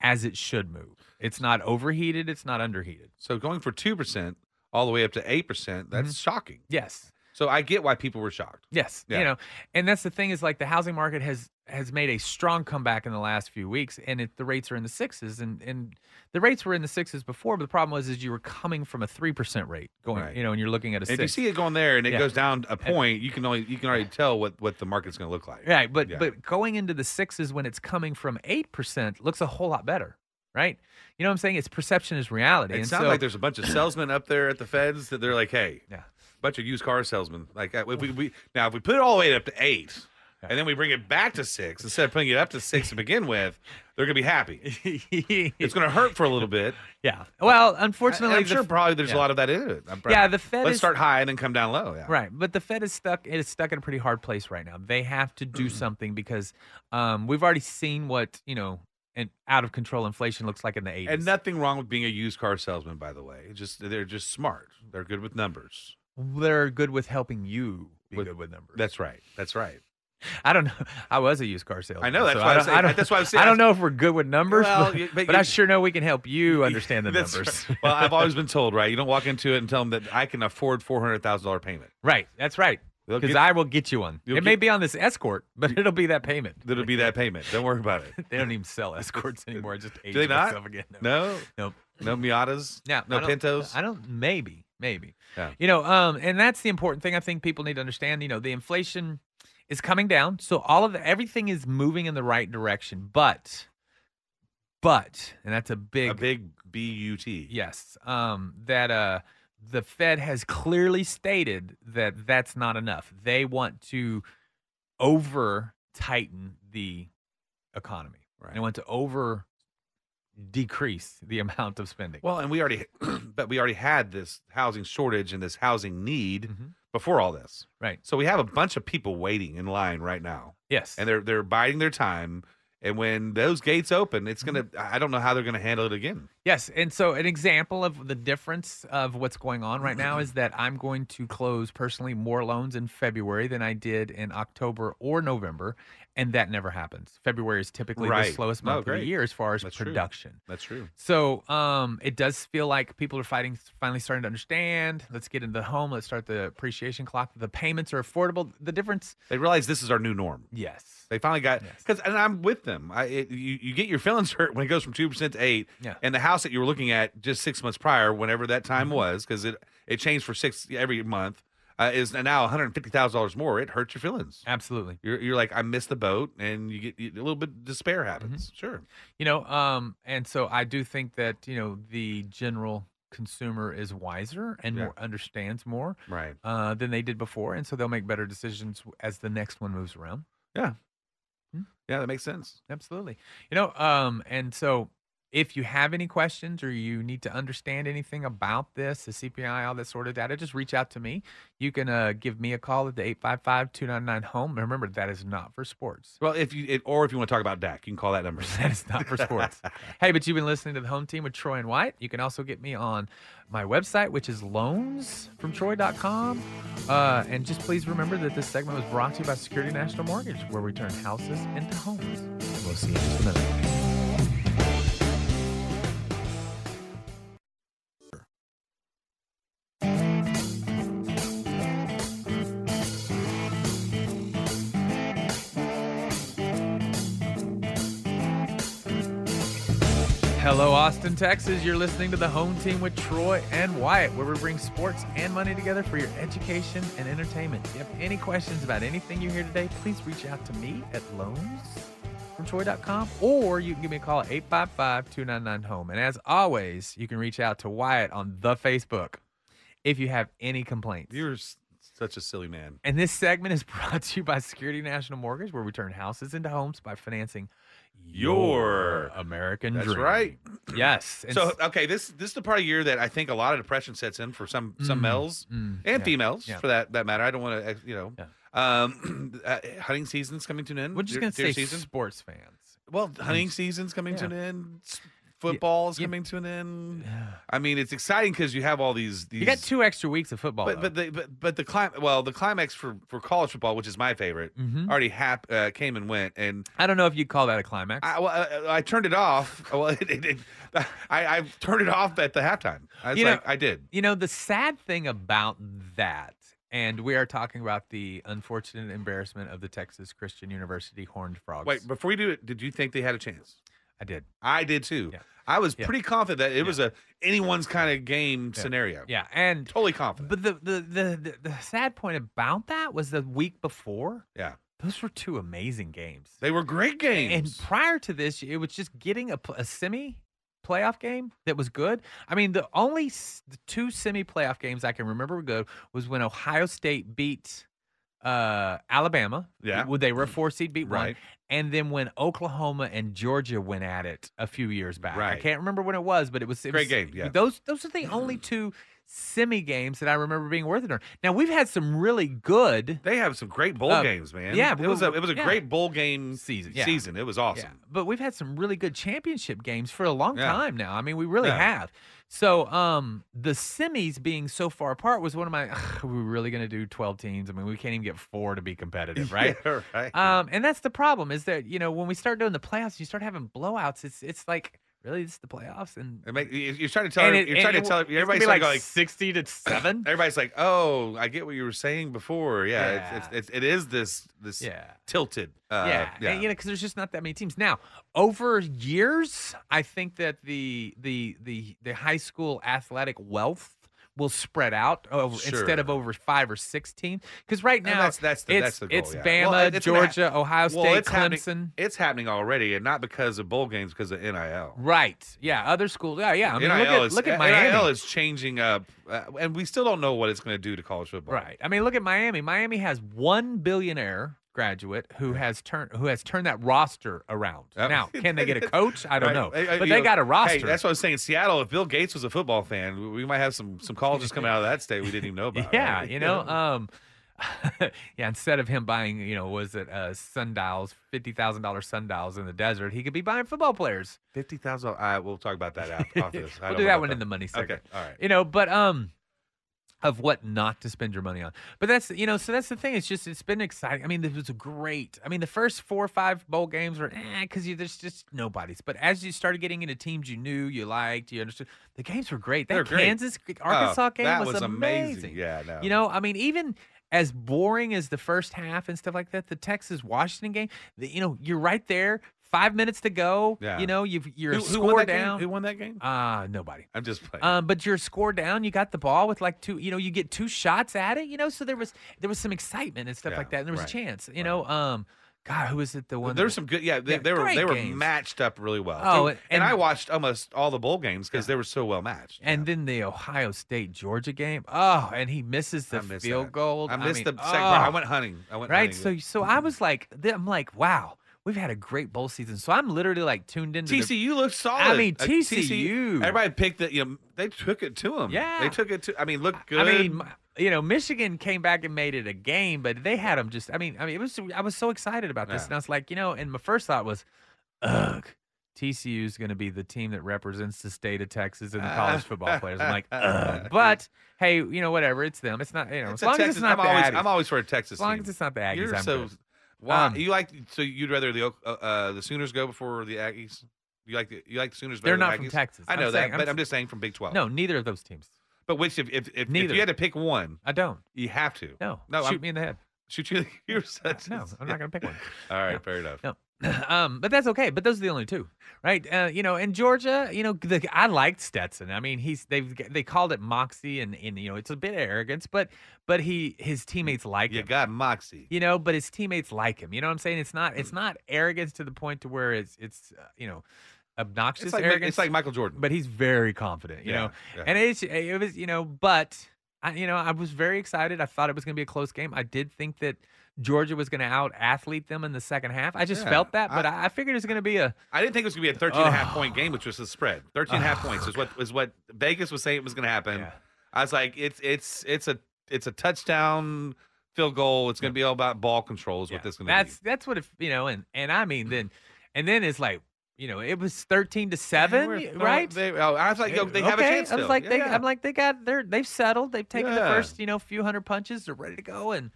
as it should move. It's not overheated. It's not underheated.
So going for two percent all the way up to eight percent. That's shocking.
Yes.
So I get why people were shocked.
Yes,
Yeah.
you know, and that's the thing is like the housing market has has made a strong comeback in the last few weeks, and it, the rates are in the sixes, and and the rates were in the sixes before, but the problem was is you were coming from a three percent rate going,
Right.
you know, and you're looking at a
And
six.
if you see it going there and it
Yeah.
goes down a point, you can only you can already tell what what the market's going to look like.
Right, but
Yeah.
but going into the sixes when it's coming from eight percent looks a whole lot better, right? You know what I'm saying? It's perception is reality.
It
and
sounds
so,
like there's a bunch of salesmen up there at the Feds that they're like, hey,
Yeah.
bunch of used car salesmen. Like uh, if we, we now if we put it all the way up to eight, and then we bring it back to six instead of putting it up to six to begin with, they're gonna be happy. It's gonna hurt for a little bit.
yeah. Well,
And
unfortunately,
I'm
the
sure
f-
probably there's
yeah.
a lot of that in it. I'm prob-
Yeah, the Fed
Let's
is-
start high and then come down low. Yeah.
Right, but the Fed is stuck. It is stuck in a pretty hard place right now. They have to
Mm-hmm.
do something because um, we've already seen what you know an out of control inflation looks like in the eighties.
And nothing wrong with being a used car salesman, by the way. It's Just they're just smart. They're good with numbers.
They're good with helping you be
With-
good with numbers.
That's right. That's right.
I don't know. I was a used car salesman.
I know, that's
so
why I
don't-
say-
I don't,
that's why I was saying-
I don't know if we're good with numbers,
Well,
but,
you- but
but,
you-
I sure know we can help you understand the
That's
numbers.
right. Well, I've always been told, right? You don't walk into it and tell them that I can afford four hundred thousand dollar payment.
Right. That's right.
They'll
Because
get-
I will get you one. It
You'll
may
get-
be on this escort, but it'll be that payment.
That'll be that payment. Don't worry about it.
They don't even sell escorts anymore. I just
Do
aged
they not?
myself again. No.
No,
Nope.
no Miatas.
Yeah,
no
I don't-
Pintos.
I don't. Maybe, maybe.
Yeah.
You know, um, and that's the important thing. I think people need to understand. You know, the inflation is coming down, so all of the, everything is moving in the right direction. But, but, and that's a big,
a big B U T.
yes. Um, that uh, the Fed has clearly stated that that's not enough. They want to over tighten the economy.
Right.
They want to over decrease the amount of spending.
Well, and we already, but we already had this housing shortage and this housing need
Mhm.
before all this.
Right.
So we have a bunch of people waiting in line right now,
Yes.
and they're they're biding their time. And when those gates open, it's gonna. I I don't know how they're gonna handle it again.
Yes, and so an example of the difference of what's going on right now is that I'm going to close personally more loans in February than I did in October or November, and that never happens. February is typically the
Right.
slowest
No,
month of the
great.
year as far as
That's true.
production.
That's true.
So um, it does feel like people are fighting, finally starting to understand. Let's get into the home. Let's start the appreciation clock. The payments are affordable. The difference,
They realize this is our new norm.
yes,
They finally got
Yes.
because, and I'm with them. I it, you, you get your feelings hurt when it goes from two percent to eight,
Yeah.
and the house that you were looking at just six months prior, whenever that time was, because it it changed for six every month, uh, is now one hundred fifty thousand dollars more. It hurts your feelings.
absolutely.
You're you're like I missed the boat, and you get you, a little bit of despair happens. Sure,
you know um and so i do think that you know the general consumer is wiser and
Yeah.
more, understands more
right.
uh, than they did before and so they'll make better decisions as the next one moves around
Yeah, that makes sense.
absolutely you know um and so if you have any questions or you need to understand anything about this the cpi all that sort of data just reach out to me you can uh, give me a call at the 855-299 home remember that is not for sports
Well, if you it, or if you want to talk about DAC, you can call that number.
That is not for sports. hey, but you've been listening to the home team with Troy and White. You can also get me on my website, which is loansfromtroy.com. Uh, and just please remember that this segment was brought to you by Security National Mortgage, where we turn houses into homes. We'll see you in just a minute. Hello, Austin, Texas. You're listening to the home team with Troy and Wyatt, where we bring sports and money together for your education and entertainment. If you have any questions about anything you hear today, please reach out to me at loansfromtroy.com or you can give me a call at 855 299 home. E. And as always, you can reach out to Wyatt on the Facebook if you have any complaints.
You're s- such a silly man.
And this segment is brought to you by Security National Mortgage, where we turn houses into homes by financing
Your-
American
That's
dream.
right.
Yes. And
So
s-
okay, this this is the part of year that I think a lot of depression sets in for some some
Mm,
males
mm,
and
yeah.
females
yeah.
for that that matter. I don't want to you know.
Yeah.
Um, uh, hunting season's coming to an end.
We're just
Deer-
gonna
deer
say
season.
sports fans.
Well, hunting season's coming to
Yeah.
an end. S- Football's
yeah.
coming to an end. I mean, it's exciting because you have all these. these
You got two extra weeks of football.
But but the but, but the clim- well the climax for for college football, which is my favorite,
Mhm.
already hap- uh, came and went, and
I don't know if you'd call that a climax.
I, well, uh, I, I turned it off. Well, it, it, it, I, I turned it off at the halftime. I was
You know-
like, I did.
you know, the sad thing about that, and we are talking about the unfortunate embarrassment of the Texas Christian University Horned Frogs.
Wait, before you do it, did you think they had a chance?
I did.
I did too.
Yeah.
I was
Yeah.
pretty confident that it was a anyone's kind of game
Yeah.
scenario.
Yeah, and
Totally confident.
but the the, the the the sad point about that was the week before.
yeah.
Those were two amazing games.
They were great
And
games.
prior to this, it was just getting a, pl- a semi playoff game that was good. I mean, the only s- the two semi playoff games I can remember were good was when Ohio State beat uh, Alabama.
Yeah. Mm.
Well, They were a four seed, beat one.
Right.
And then when Oklahoma and Georgia went at it a few years back. I
Right.
can't remember when it was, but it was. It
Great
was-
game, yeah.
Those, those are the only two semi games that I remember being worth it. on. Now, we've had some really good.
they have some great bowl
Uh,
games, man.
yeah,
It was a it was a
yeah.
great bowl game
Season, yeah.
Season. It was
Yeah,
awesome.
but we've had some really good championship games for a long
Yeah.
time now. I mean, we really
Yeah.
have. So, um, the semis being so far apart was one of my. Ugh, are we really going to do twelve teams? I mean, we can't even get four to be competitive, right?
Yeah, right.
Um, and that's the problem is that you know when we start doing the playoffs, you start having blowouts. It's it's like really it's the playoffs and.
It make- you- you're trying to tell her-
and it-
you're
and
trying to
it-
tell
it's gonna
everybody's
be
like,
like,
like
sixty to seven.
everybody's like, oh, I get what you were saying before. Yeah, It's,
Yeah.
it's, it's it is this this
yeah.
tilted. Uh,
yeah, and, you know, because there's just not that many teams now. Over years, I think that the the the the high school athletic wealth will spread out over, instead
Sure.
of over five or six teams. Because right
And
now,
that's that's the,
it's,
that's the goal.
it's
yeah.
Bama,
Well, it's gonna hap-
Georgia, Ohio State,
well, it's
Clemson.
Happening, it's happening already, and not because of bowl games, because of NIL.
Right? Yeah, other schools. Yeah, yeah. I mean,
NIL
look at
is,
look at
NIL
Miami.
is changing up, uh, and we still don't know what it's going to do to college football.
Right. I mean, look at Miami. Miami has one billionaire graduate who has turned who has turned that roster around.
Uh,
now, can they get a coach? I don't
Right.
know.
Hey, uh,
But
you
they
know,
got a roster.
Hey, that's what I was saying. Seattle. If Bill Gates was a football fan, we- we might have some some colleges coming out of that state we didn't even know about.
yeah
right?
you know um yeah, instead of him buying, you know, was it uh, sundials, fifty thousand dollar sundials in the desert, he could be buying football players.
Fifty thousand. Uh, we'll talk about that after, after this.
we'll
I don't
do
know
that
about
one in the money segment.
Okay. All right.
You know, but um, of what not to spend your money on. But that's you know, so that's the thing. It's just it's been exciting. I mean, this was great. I mean, the first four or five bowl games were eh, because there's just nobody's. But as you started getting into teams you knew, you liked, you understood, the games were great. That
They're great.
Kansas Arkansas
Oh,
game
that
was, amazing.
Yeah. No.
You know, I mean, even as boring as the first half and stuff like that, the Texas Washington game, the, you know, you're right there, five minutes to go.
Yeah.
You know, you've you're
who, who
score
won that
down.
game? Who won that game?
Ah, nobody.
I'm just playing.
Um, but you're score down. You got the ball with like two. You know, you get two shots at it. You know, so there was there was some excitement and stuff
Yeah,
like that. And there was
right,
a chance. You
right.
know, um, God, who was it? The one. that
There's
was-
some good, yeah. They,
Yeah,
they were
great
they were
games.
matched up really well.
Oh,
and,
and-
I watched almost all the bowl games because they were so well matched.
And
yeah.
then the Ohio State Georgia game. Oh, and he misses the
I missed
field
that.
goal.
I missed
mean,
the second. round. I
oh.
went hunting. I went
right? So
hunting. Mm-hmm.
so I was like, th- I'm like, wow, we've had a great bowl season. So I'm literally like tuned into the-
TCU looked solid.
mean,
Uh,
TCU.
Everybody picked it. You know, they took it to them.
Yeah.
they took it to. I mean, looked good.
I mean, m- you know, Michigan came back and made it a game, but they had them just. I mean, I mean, it was. I was so excited about this,
Yeah.
and I was like, you know, and my first thought was, ugh. TCU is going to be the team that represents the state of Texas and the college football players. I'm like, ugh. but hey, you know, whatever. It's them. It's not, you know, as
It's a
long as
Texas-
it's not
I'm
the
always,
Aggies.
I'm always for a Texas.
as long
team.
as it's not the Aggies,
You're
I'm
so.
good.
Why
Um,
you like? So you'd rather the Oak- uh, uh, the Sooners go before the Aggies? You like the you like the Sooners better?
They're
than
not from
Aggies?
Texas.
I
I'm
know that,
saying- I'm
but
s-
I'm just saying from Big Twelve.
No, neither of those teams.
but which if if if, if
Neither.
you had to pick one,
I don't.
you have to.
No,
no,
shoot
I'm,
me in the head.
shoot you. You're such.
No, I'm not going to pick one.
All right,
No.
fair enough.
No. um, but that's okay. But those are the only two, right? Uh, you know, in Georgia, you know, the, I liked Stetson. I mean, he's they've they called it moxie, and and you know, it's a bit of arrogance, but but he his
Mm-hmm.
teammates like
You
him.
got Moxie.
you know, but his teammates like him. You know what I'm saying? It's not
Mm-hmm.
it's not arrogance to the point to where it's it's uh, you know obnoxious
It's like Ma-
arrogance.
it's like Michael Jordan.
but he's very confident. You
Yeah,
know,
yeah.
and it's it was you know, but I, you know, I was very excited. I thought it was going to be a close game. I did think that Georgia was going to out athlete them in the second half. I just
Yeah,
felt that, but I, I figured it was going to be a
I didn't think it was going to be a 13 and a half
Oh.
point game, which was the spread. 13 and a half
Oh,
points is what is what Vegas was saying was going to happen.
Yeah.
I was like, it's it's it's a it's a touchdown field goal. It's going to be all about ball control. Is
yeah,
what this is going to be.
that's that's what it, you know, and and I mean then, and then it's like you know it was thirteen to seven,
They were-
right?
They, oh, I was like, yo, they
okay.
have a chance.
I was
still.
like,
Yeah,
they,
yeah.
I'm like, they got they're they've settled. They've taken the
Yeah.
first you know few hundred punches. They're ready to go, and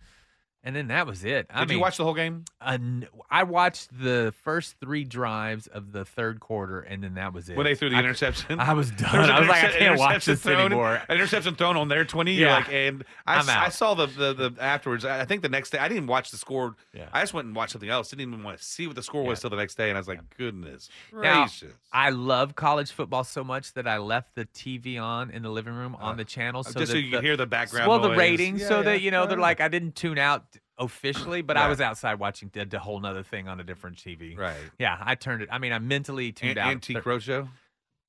and then that was it. I
Did
mean,
you watch the whole game?
an- I watched the first three drives of the third quarter, and then that was it.
When they threw the
I-
interception,
I was
There
done. I was like, I
intercep-
can't watch
interception
this
thrown-
anymore.
An interception thrown on their twenty.
Yeah.
You're like, and I,
I'm
s- I
out.
saw the, the the afterwards. I I think the next day I didn't even watch the score.
Yeah.
I just went and watched something else. Didn't even want to see what the score
Yeah.
was till the next day. And I was like, goodness
Now,
gracious. Uh,
I love college football so much that I left the TV on in the living room on the channel, so
Uh, just so
that
you can
the-
hear the background.
Well, the
noise.
ratings,
Yeah,
so
yeah.
that you know
Yeah,
they're
yeah.
like, I didn't tune out officially, but
Yeah.
I was outside watching a, a whole nother thing on a different TV.
right.
Yeah, I turned it. I mean, I mentally tuned
An-
out.
antique
There-
roadshow.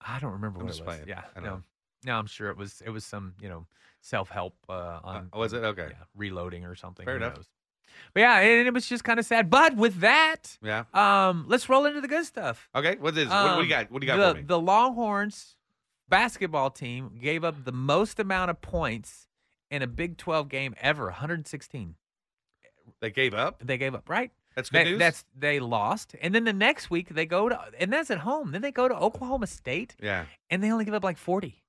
I don't remember
I'm
what
just
it was.
playing.
Yeah,
I don't
no,
know.
no, I'm sure it was. It was some you know self help uh, on.
was it?
on,
Okay.
yeah, reloading or something.
Fair
who
enough.
knows? But yeah, and it was just kind of sad. But with that,
Yeah.
um, let's roll into the good stuff.
Okay. What is? what, what do
Um,
you got? What do you got
the,
for me?
The Longhorns basketball team gave up the most amount of points in a Big 12 game ever, 116.
they gave up.
They gave up, right?
That's good
That-
news.
that's they lost, and then the next week they go to, and that's at home. Then they go to Oklahoma State,
yeah.
and they only give up like 40.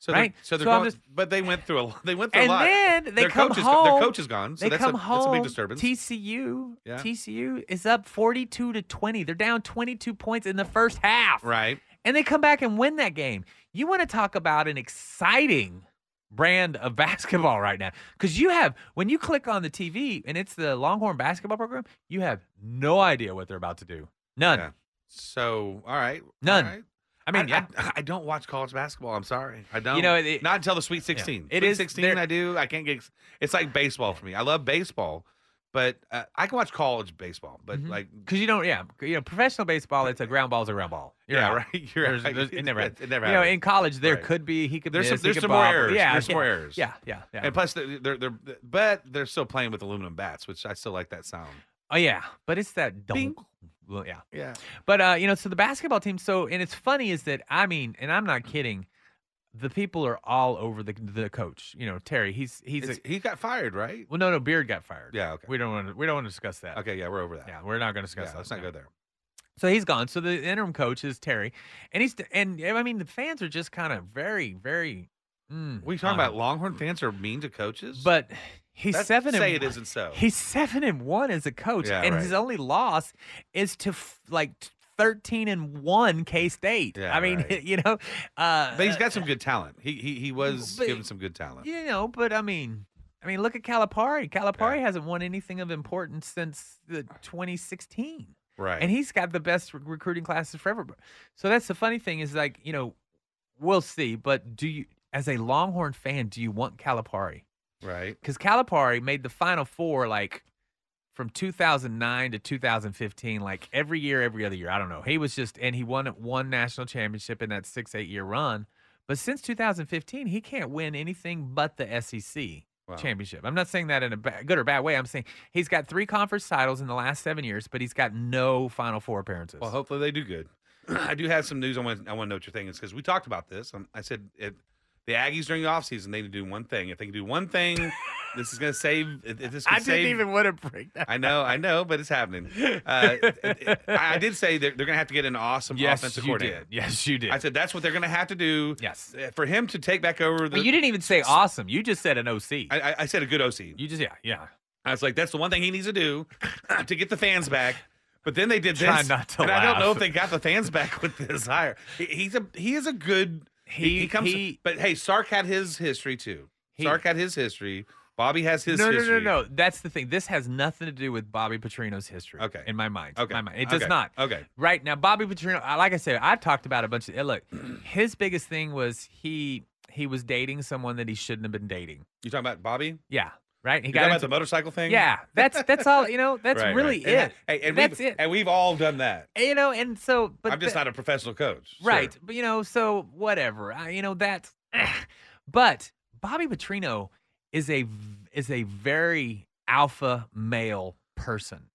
So
Right.
They're, so they're
So I'm
going,
just-
but they went through a lot. They went through
and
a lot.
then they
their
come
coach is,
home.
Their coach is gone. So
they
that's
come
a,
home.
That's a big disturbance.
TCU,
Yeah.
TCU is up 42 to 20. They're down 22 points in the first half.
right.
and they come back and win that game. You want to talk about an exciting brand of basketball right now because you have when you click on the TV and it's the Longhorn basketball program, you have no idea what they're about to do. None.
Yeah. So all right.
None.
All right.
I mean, yeah.
I, I don't watch college basketball. I'm sorry, I don't.
know, it-
not until the Sweet 16.
It
Sweet
is-
16.
there-
I do. I can't get. ex- It's like baseball for me. I love baseball, but uh, I can watch college baseball. But
Mhm.
like,
because you don't, yeah, you know, professional baseball, it's a ground ball's a ground ball. You're
yeah,
out.
right. You're
There's,
right.
there's, it never happens.
It never
You know,
happens.
in college, there
Right.
could be he could
There's some-
miss, he
there's
could
some more
bobble.
errors.
Yeah,
There's
yeah,
some more errors.
Yeah, yeah, yeah.
And plus, they're, they're, they're but they're still playing with aluminum bats, which I still like that sound.
oh yeah, but it's that
Bing.
dunk. Well, yeah,
Yeah,
But uh, you know, so the basketball team. So, and it's funny is that I mean, and I'm not kidding. the people are all over the the coach. You know, Terry. He's he's a,
It's- he got fired, right?
well, no, no. Beard got fired.
Yeah, okay.
We don't want to we don't want to discuss that.
Okay, yeah, we're over that.
Yeah, we're not going to discuss
Yeah,
that.
let's not
No.
go there.
So he's gone. So the interim coach is Terry, and he's and I mean the fans are just kind of very very. Mm,
We talking
on
about
him.
Longhorn fans are mean to coaches,
But he's
That's-
seven.
Say
and
it isn't so.
He's seven and one as a coach,
Yeah,
and
right.
his only loss is to f- like t- thirteen and one K State.
Yeah,
I mean,
right.
you know, uh,
but he's got some good talent. He he, he was
But-
given some good talent.
you know, but I mean, I mean, look at Calipari. Calipari
Yeah.
hasn't won anything of importance since the 2016.
Right.
and he's got the best re- recruiting classes forever. But- So that's the funny thing is like you know, we'll see. But do you, as a Longhorn fan, do you want Calipari?
right.
Because Calipari made the Final Four like from 2009 to 2015, like every year, every other year. I don't know. He was just and he won one national championship in that six eight year run. But since 2015, he can't win anything but the SEC
Wow.
championship. I'm not saying that in a ba- good or bad way. I'm saying he's got three conference titles in the last seven years, but he's got no Final Four appearances.
Well, hopefully they do good. I do have some news. I want I want to know what your thing is because we talked about this. Um, I said if the Aggies during the offseason, they need to do one thing. If they can do one thing, this is going to save. If if this can
I didn't
save-
even want to break that.
I know, I know, but it's happening. Uh, it- it- I I did say they're, they're going to have to get an awesome offensive coordinator.
Yes, you did.
I said that's what they're going to have to do.
Yes.
uh, for him to take back over the.
Well, you didn't even say awesome. You just said an OC.
I, I- I said a good OC.
you just yeah yeah.
I was like, that's the one thing he needs to do to get the fans back. But then they did
Try
this,
not to
and I don't know
laugh.
if they got the fans back with this hire. He, he's a he is a good
He- he-
but hey, Sark had his history too.
He-
Sark had his history. Bobby has his
no,
history.
no, no, no. That's the thing. This has nothing to do with Bobby Petrino's history.
Okay.
In my mind.
Okay.
My mind. It does
Okay.
not.
Okay.
Right now, Bobby Petrino, I- like I said, I talked about a bunch of. eh, Look, his biggest thing was he he was dating someone that he shouldn't have been dating.
You talking about Bobby? You
Yeah. Right. He
talking about
into-
the motorcycle thing?
Yeah. That's that's all. You know. That's
Right, right.
really
And-
it.
hey, and
that's
we've,
it.
And we've all done that.
you know. And so, but
I'm just
the-
not a professional coach. Sure.
Right. But you know, so whatever. I, you know that's eh. but Bobby Petrino is a v- is a very alpha male person.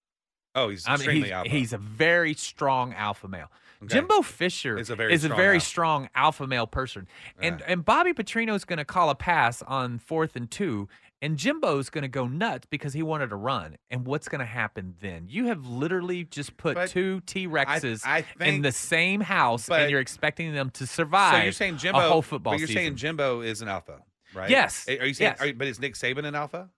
Oh, he's
I mean,
extremely
he's,
alpha.
he's a very strong alpha male.
Okay.
Jimbo Fisher
Is a very strong alpha.
strong alpha male person, and and Bobby Petrino's going to call a pass on fourth and two, and Jimbo's going to go nuts because he wanted to run. And what's going to happen then? You have literally just put
But
two T Rexes
I
in
think-
the same house,
but-
and you're expecting them to
So
survive.
you're saying Jimbo?
a whole football
But you're
season.
saying Jimbo is an alpha, right?
Yes.
Are you saying?
Yes.
Are, but is Nick Saban an alpha?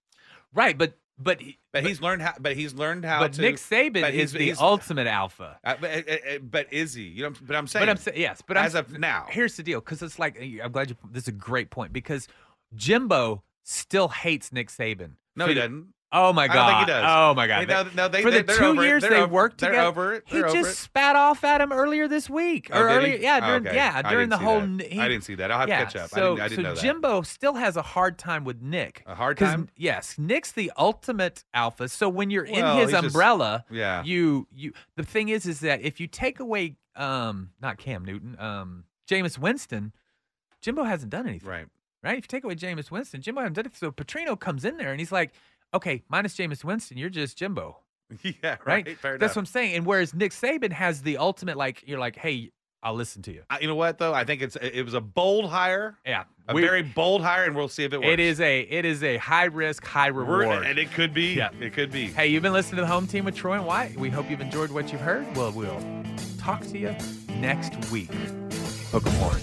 right? But but he-
But, he's learned how. But he's learned how.
but
to,
Nick Saban
but
is
he's-
the
he's-
ultimate alpha.
uh, but, uh, uh, but is he? You know. But I'm saying.
But I'm saying yes. But I'm
as of now.
here's the deal because it's like i'm glad you this is a great point because jimbo still hates nick saban
no,
For
he
the-
doesn't.
oh my
I
god
don't think he does.
oh my
Hey,
god
no, no, they-
for the
they're
two
over it.
years
They're
they
over-
worked
they're
together
over it.
he
They're over
just
it.
spat off at him earlier this week
Oh,
or
did he?
earlier yeah
Oh,
during,
okay. I
yeah during
didn't
the
see
whole
that.
n- he-
I didn't see that. I'll have to
yeah,
catch up. I
So,
didn't- I didn't
so
know that.
Jimbo still has a hard time with Nick.
A hard
'Cause-
time?
Yes, Nick's the ultimate alpha. So when you're
Well,
in his
he's just-
umbrella,
yeah.
you you the thing is is that if you take away um not Cam Newton, um Jameis Winston, Jimbo hasn't done anything.
Right.
Right? If you take away Jameis Winston, Jimbo hasn't done it. So Petrino comes in there and he's like, Okay, minus Jameis Winston, you're just Jimbo
Yeah.
right?
Right. Fair
That's what
enough.
I'm saying. And whereas Nick Saban has the ultimate, like you're like, hey, I'll listen to you.
I, you know what though? I think it's it was a bold hire,
Yeah,
a
we're-
very bold hire, and we'll see if it works.
It is a it is a high risk, high
We're-
reward.
and it could be.
Yeah.
It could be.
hey, you've been listening to the Home Team with Troy and White. We hope you've enjoyed what you've heard. Well, we'll talk to you next week. Hook 'em horns.